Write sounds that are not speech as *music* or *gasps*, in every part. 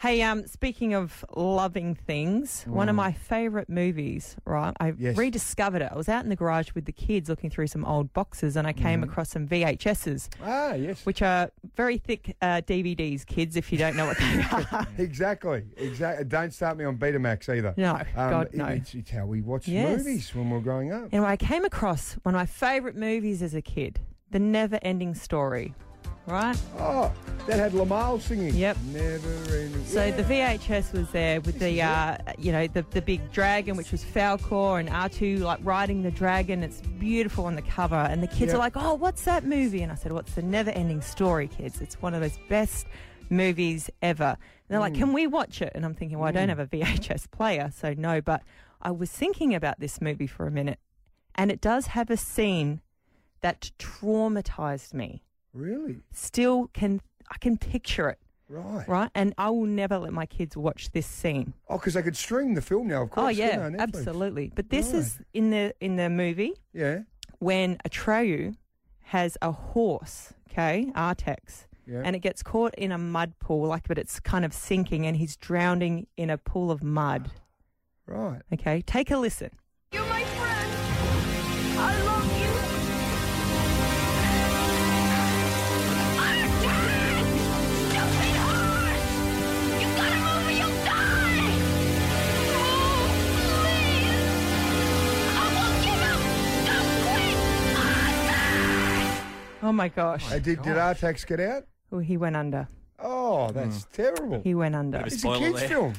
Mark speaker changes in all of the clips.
Speaker 1: Hey, um, speaking of loving things, one of my favourite movies, right? I
Speaker 2: Mm. Yes.
Speaker 1: rediscovered it. I was out in the garage with the kids looking through some old boxes and I came
Speaker 2: Mm-hmm.
Speaker 1: across some VHSs,
Speaker 2: Ah, yes.
Speaker 1: which are very thick uh, DVDs, kids, if you don't know what they are.
Speaker 2: *laughs* Exactly. Exactly. Don't start me on Betamax either.
Speaker 1: No, *laughs* God,
Speaker 2: um, it-
Speaker 1: no.
Speaker 2: It's, it's how we watched
Speaker 1: Yes.
Speaker 2: movies when we were growing up.
Speaker 1: Anyway, I came across one of my favourite movies as a kid, The Never Ending Story, right?
Speaker 2: Oh, that had Lamal singing.
Speaker 1: Yep.
Speaker 2: Never ending.
Speaker 1: So
Speaker 2: Yeah.
Speaker 1: the VHS was there with the, uh, you know, the, the big dragon, which was Falcor and R2, like riding the dragon. It's beautiful on the cover. And the kids
Speaker 2: Yeah.
Speaker 1: are like, oh, what's that movie? And I said, what's the never ending story, kids? It's one of those best movies ever. And they're like, can we watch it? And I'm thinking, well, I don't have a VHS player, so no. But I was thinking about this movie for a minute. And it does have a scene that traumatized me.
Speaker 2: Really?
Speaker 1: Still can, I can picture it
Speaker 2: Right.
Speaker 1: right? And I will never let my kids watch this scene.
Speaker 2: Oh, because they could stream the film now, of course.
Speaker 1: Oh
Speaker 2: couldn't
Speaker 1: yeah,
Speaker 2: they, on Netflix?
Speaker 1: absolutely. But this is in the in the movie
Speaker 2: Yeah.
Speaker 1: when Atreyu has a horse, okay, Artex,
Speaker 2: Yeah.
Speaker 1: and it gets caught in a mud pool, like, but it's kind of sinking, and he's drowning in a pool of mud.
Speaker 2: right.
Speaker 1: Okay, take a listen.
Speaker 3: You're my friend. I love you. Artex! Ah, Stupid horse! You gotta move or you'll die! Move, please! I won't give up! Don't quit! Artex!
Speaker 1: Oh my gosh!
Speaker 2: They Uh, did, did Artax get out?
Speaker 1: Oh, he went under.
Speaker 2: Oh, that's terrible.
Speaker 1: He went under.
Speaker 2: it's a
Speaker 4: Spoiler
Speaker 2: kids'
Speaker 1: *laughs*
Speaker 4: there.
Speaker 2: film.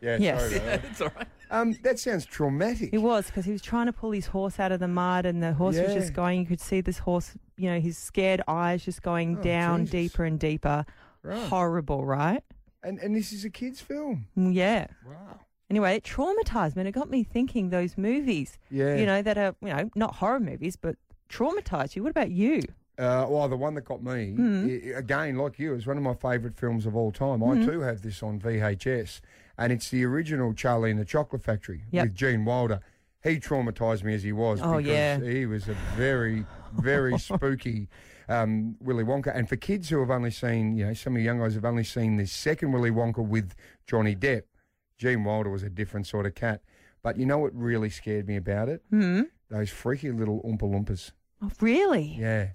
Speaker 2: Yeah,
Speaker 1: Yes.
Speaker 4: *laughs*
Speaker 2: sorry about that.
Speaker 4: it's all right.
Speaker 2: Um, that sounds traumatic.
Speaker 1: He was because he was trying to pull his horse out of the mud, and the horse was
Speaker 2: Yeah.
Speaker 1: just going. You could see this horse, you know, his scared eyes just going
Speaker 2: Oh,
Speaker 1: down
Speaker 2: Jesus.
Speaker 1: deeper and deeper.
Speaker 2: Right.
Speaker 1: Horrible, right?
Speaker 2: And and this is a kids' film.
Speaker 1: Mm, Yeah.
Speaker 2: Wow.
Speaker 1: Anyway, it traumatized me. And it got me thinking those movies,
Speaker 2: Yeah.
Speaker 1: you know, that are you know not horror movies, but traumatized you. What about you?
Speaker 2: Uh, well, the one that got me,
Speaker 1: Hmm.
Speaker 2: i- again, like you, is one of my favourite films of all time. I too have this on VHS, and it's the original Charlie and the Chocolate Factory
Speaker 1: Yep.
Speaker 2: with Gene Wilder. He traumatised me as he was
Speaker 1: Oh,
Speaker 2: because
Speaker 1: yeah.
Speaker 2: he was a very,
Speaker 1: *laughs*
Speaker 2: very spooky um, Willy Wonka. And for kids who have only seen, you know, some of you young guys have only seen the second Willy Wonka with Johnny Depp, Gene Wilder was a different sort of cat. But you know what really scared me about it?
Speaker 1: Hmm.
Speaker 2: Those freaky little Oompa Loompas.
Speaker 1: Oh, really?
Speaker 2: Yeah.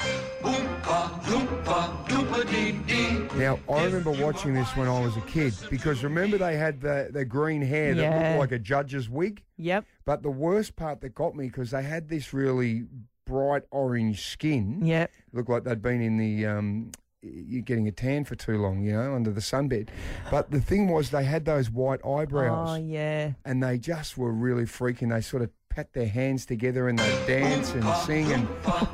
Speaker 2: Now I remember watching this when I was a kid because remember they had the, the green hair that
Speaker 1: Yeah.
Speaker 2: looked like a judge's wig.
Speaker 1: Yep.
Speaker 2: But the worst part that got me because they had this really bright orange skin.
Speaker 1: Yep.
Speaker 2: Looked like they'd been in the um, you're getting a tan for too long, you know, under the sunbed. But the thing was they had those white eyebrows
Speaker 1: Oh yeah.
Speaker 2: and they just were really freaking. They sort of pat their hands together and they dance and sing, and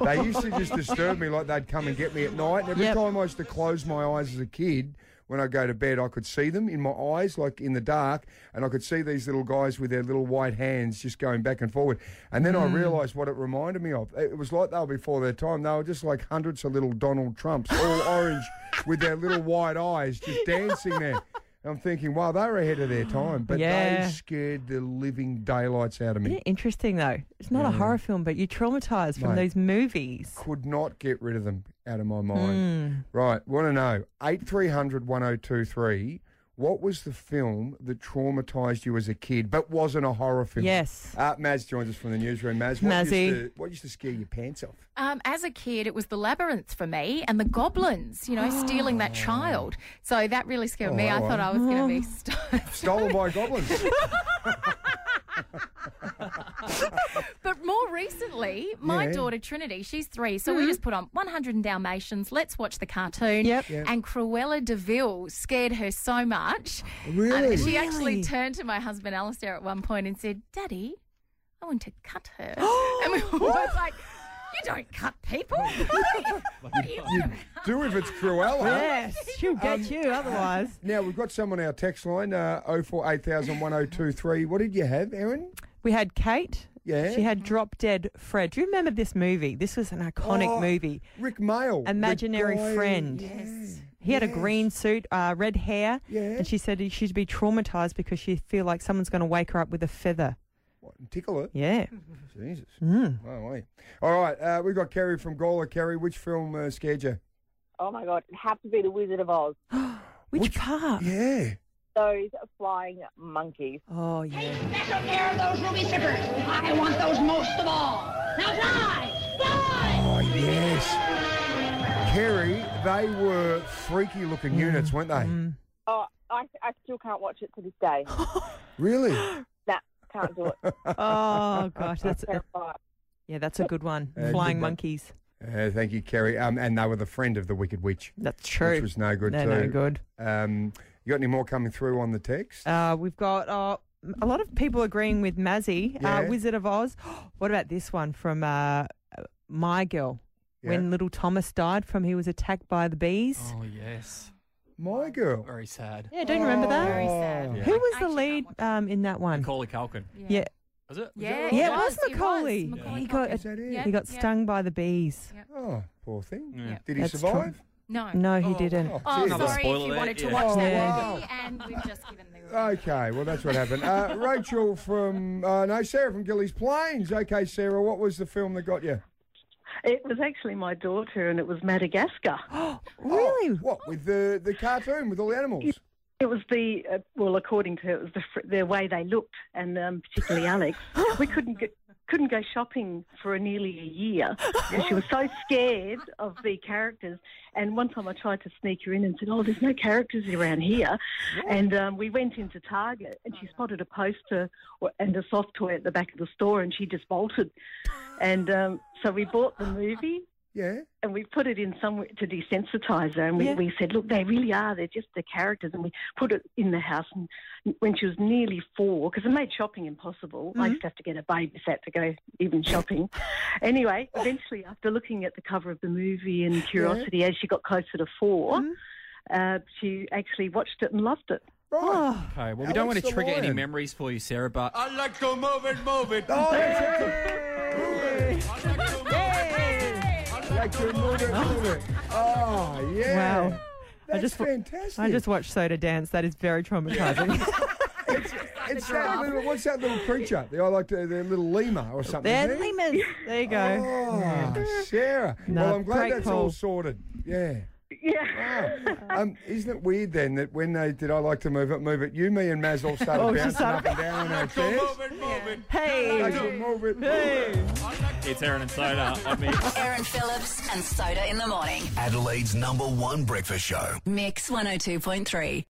Speaker 2: they used to just disturb me like they'd come and get me at night. And every
Speaker 1: Yep.
Speaker 2: time I used to close my eyes as a kid. When I go to bed, I could see them in my eyes, like in the dark, and I could see these little guys with their little white hands just going back and forward. And then
Speaker 1: Hmm.
Speaker 2: I realised what it reminded me of. It was like they were before their time. They were just like hundreds of little Donald
Speaker 1: *laughs*
Speaker 2: Trumps, all orange, with their little white eyes, just dancing there. And I'm thinking, wow, they were ahead of their time. But
Speaker 1: Yeah.
Speaker 2: they scared the living daylights out of
Speaker 1: Isn't
Speaker 2: me.
Speaker 1: it interesting though? It's not a horror film, but you traumatized from
Speaker 2: Mate.
Speaker 1: those movies.
Speaker 2: Could not get rid of them out of my mind.
Speaker 1: Hmm.
Speaker 2: Right, want to know 8300 1023. What was the film that traumatised you as a kid but wasn't a horror film?
Speaker 1: Yes.
Speaker 2: Uh, Maz joins us from the newsroom. Maz, what,
Speaker 1: Mazzy.
Speaker 2: Used to, what used to scare your pants off?
Speaker 5: Um, as a kid, it was the labyrinth for me and the goblins, you know, stealing
Speaker 1: Oh.
Speaker 5: that child. So that really scared me. I
Speaker 2: Oh,
Speaker 5: thought I was going
Speaker 1: *laughs*
Speaker 5: to be st-
Speaker 2: Stolen by goblins.
Speaker 5: But more recently, my
Speaker 2: Yeah.
Speaker 5: daughter Trinity, she's three, so
Speaker 1: Mm-hmm.
Speaker 5: we just put on 100 and Dalmatians, Let's Watch the Cartoon.
Speaker 1: Yep.
Speaker 5: And Cruella de Vil scared her so much.
Speaker 2: Really?
Speaker 5: Um, she actually
Speaker 1: Really?
Speaker 5: turned to my husband Alistair at one point and said, Daddy, I want to cut her.
Speaker 1: *gasps*
Speaker 5: and we were both like, You don't cut people. what are you
Speaker 1: *laughs*
Speaker 2: you do if it's Cruella.
Speaker 1: Yes, she'll
Speaker 2: Um,
Speaker 1: get you otherwise.
Speaker 2: Now, we've got someone our text line, uh, 048000 1023. What did you have, Erin?
Speaker 1: We had Kate.
Speaker 2: Yeah.
Speaker 1: She had Drop Dead Fred. Do you remember this movie? This was an iconic
Speaker 2: Oh,
Speaker 1: movie.
Speaker 2: Rick Mail. the
Speaker 1: Imaginary
Speaker 2: guy-
Speaker 1: friend.
Speaker 2: Yeah.
Speaker 1: He had a green suit, uh, red hair,
Speaker 2: Yeah.
Speaker 1: and she said he- she'd be traumatized because she'd feel like someone's going to wake her up with a feather.
Speaker 2: What, and tickle it?
Speaker 1: Yeah. Mm.
Speaker 2: Jesus. Oh, wait. All right, uh, we've got Kerry from Gawler. Kerry, which film uh, scared you?
Speaker 6: Oh my god, it had to be the Wizard of Oz.
Speaker 1: Which,
Speaker 2: Which-
Speaker 1: part?
Speaker 2: Yeah.
Speaker 4: those flying monkeys.
Speaker 1: Oh, yeah.
Speaker 6: Special care of those ruby zippers. I want those most of all. Now fly! Fly!
Speaker 2: Oh, yes. Kerry, they were freaky looking
Speaker 1: Mm.
Speaker 2: units, weren't they?
Speaker 4: Oh, I, I still can't watch it to this day.
Speaker 2: Really?
Speaker 1: *gasps*
Speaker 4: nah, can't do it.
Speaker 1: Oh, gosh. That's a,
Speaker 4: Terrified.
Speaker 1: yeah, that's a good one. Flying
Speaker 2: Uh, good one.
Speaker 1: monkeys.
Speaker 2: Uh, thank you, Kerry. Um, and they were the friend of the Wicked Witch,
Speaker 1: That's true.
Speaker 2: which was no good
Speaker 1: They're no
Speaker 2: too.
Speaker 1: good.
Speaker 2: Um, you got any more coming through on the text?
Speaker 1: Uh, we've got uh, a lot of people agreeing with Mazzy.
Speaker 2: Yeah.
Speaker 1: Uh, Wizard of Oz. *gasps* What about this one from uh, My Girl? When little Thomas died from he was attacked by the bees.
Speaker 7: Oh, yes.
Speaker 2: My girl.
Speaker 7: Very sad.
Speaker 1: Yeah, don't you remember
Speaker 5: Very
Speaker 1: that?
Speaker 5: sad.
Speaker 7: Yeah.
Speaker 1: Oh. Who was
Speaker 5: I
Speaker 1: the
Speaker 5: actually
Speaker 1: lead
Speaker 5: can't watch
Speaker 1: um, in that one?
Speaker 7: Macaulay Culkin.
Speaker 5: Yeah.
Speaker 1: Yeah,
Speaker 7: Was it? Was
Speaker 5: Yeah,
Speaker 7: that
Speaker 5: it
Speaker 1: yeah, it
Speaker 5: was,
Speaker 1: was
Speaker 5: it was.
Speaker 1: Macaulay.
Speaker 5: Macaulay
Speaker 1: He got
Speaker 5: Culkin.
Speaker 2: Is that it?
Speaker 5: Yeah.
Speaker 1: he got stung by the bees.
Speaker 2: Oh, poor thing.
Speaker 7: Yeah.
Speaker 2: Did he
Speaker 1: That's
Speaker 2: survive?
Speaker 5: No.
Speaker 1: No, he
Speaker 7: Oh,
Speaker 1: didn't.
Speaker 2: Oh,
Speaker 5: Oh,
Speaker 2: geez.
Speaker 7: Another
Speaker 5: sorry if
Speaker 7: spoiler
Speaker 5: you
Speaker 7: there,
Speaker 5: wanted to
Speaker 7: yeah.
Speaker 5: watch
Speaker 2: Oh,
Speaker 5: that
Speaker 1: wow.
Speaker 5: movie, and we've just given the.
Speaker 7: Oh,
Speaker 2: Okay, well, that's what
Speaker 1: *laughs*
Speaker 2: happened. Uh, Rachel from, uh, no, Sarah from Gillies Plains. Okay, Sarah, what was the film that got you?
Speaker 8: It was actually my daughter, and it was Madagascar.
Speaker 1: Really?
Speaker 2: Oh, What, with the, the cartoon with all the animals?
Speaker 8: It was the uh, well, according to her, it was the, fr- the way they looked, and um, particularly Alex. we couldn't go, couldn't go shopping for nearly a year. And she was so scared of the characters. And one time I tried to sneak her in and said, "Oh, there's no characters around here." And um, we went into Target, and she spotted a poster or- and a soft toy at the back of the store, and she just bolted. And um, so we bought the movie.
Speaker 2: Yeah.
Speaker 8: and we put it in somewhere to desensitize her. And we,
Speaker 1: Yeah.
Speaker 8: we said, look, they really are. They're just the characters. And we put it in the house. And when she was nearly four, because it made shopping impossible, I used to have to get a babysat to go even shopping. anyway, eventually, after looking at the cover of the movie and curiosity, as she got closer to 4 uh, she actually watched it and loved it.
Speaker 2: Right.
Speaker 1: Oh,
Speaker 7: Okay, well, we don't want
Speaker 2: Alex
Speaker 7: to
Speaker 2: the
Speaker 7: trigger any
Speaker 2: Lion.
Speaker 7: memories for you, Sarah, but. I like to move and move it.
Speaker 2: Oh, that's it. Like to move it,
Speaker 1: *laughs*
Speaker 2: move it. Oh, yeah.
Speaker 1: Wow.
Speaker 2: That's
Speaker 1: I just wa-
Speaker 2: fantastic.
Speaker 1: I just watched Soda Dance. That is very traumatizing.
Speaker 2: it's that little, what's that little creature? The, I like to, the little lemur or something.
Speaker 1: They're
Speaker 2: isn't it?
Speaker 1: lemurs. There you go. *laughs*
Speaker 2: Oh, Sarah.
Speaker 1: No,
Speaker 2: well, I'm glad
Speaker 1: great
Speaker 2: that's
Speaker 1: call.
Speaker 2: all sorted. Yeah.
Speaker 8: Yeah.
Speaker 2: Um, isn't it weird then that when they did I like to move it, move it, you, me, and Maz all started
Speaker 1: Oh,
Speaker 2: bouncing
Speaker 1: just
Speaker 2: up and down
Speaker 1: *laughs*
Speaker 2: on our chairs? Like
Speaker 1: Hey.
Speaker 2: to move it.
Speaker 7: It's Aaron and Soda on me.
Speaker 9: Aaron Phillips and Soda in the morning. oh
Speaker 10: Adelaide's number one breakfast show.
Speaker 9: Mix 102.3.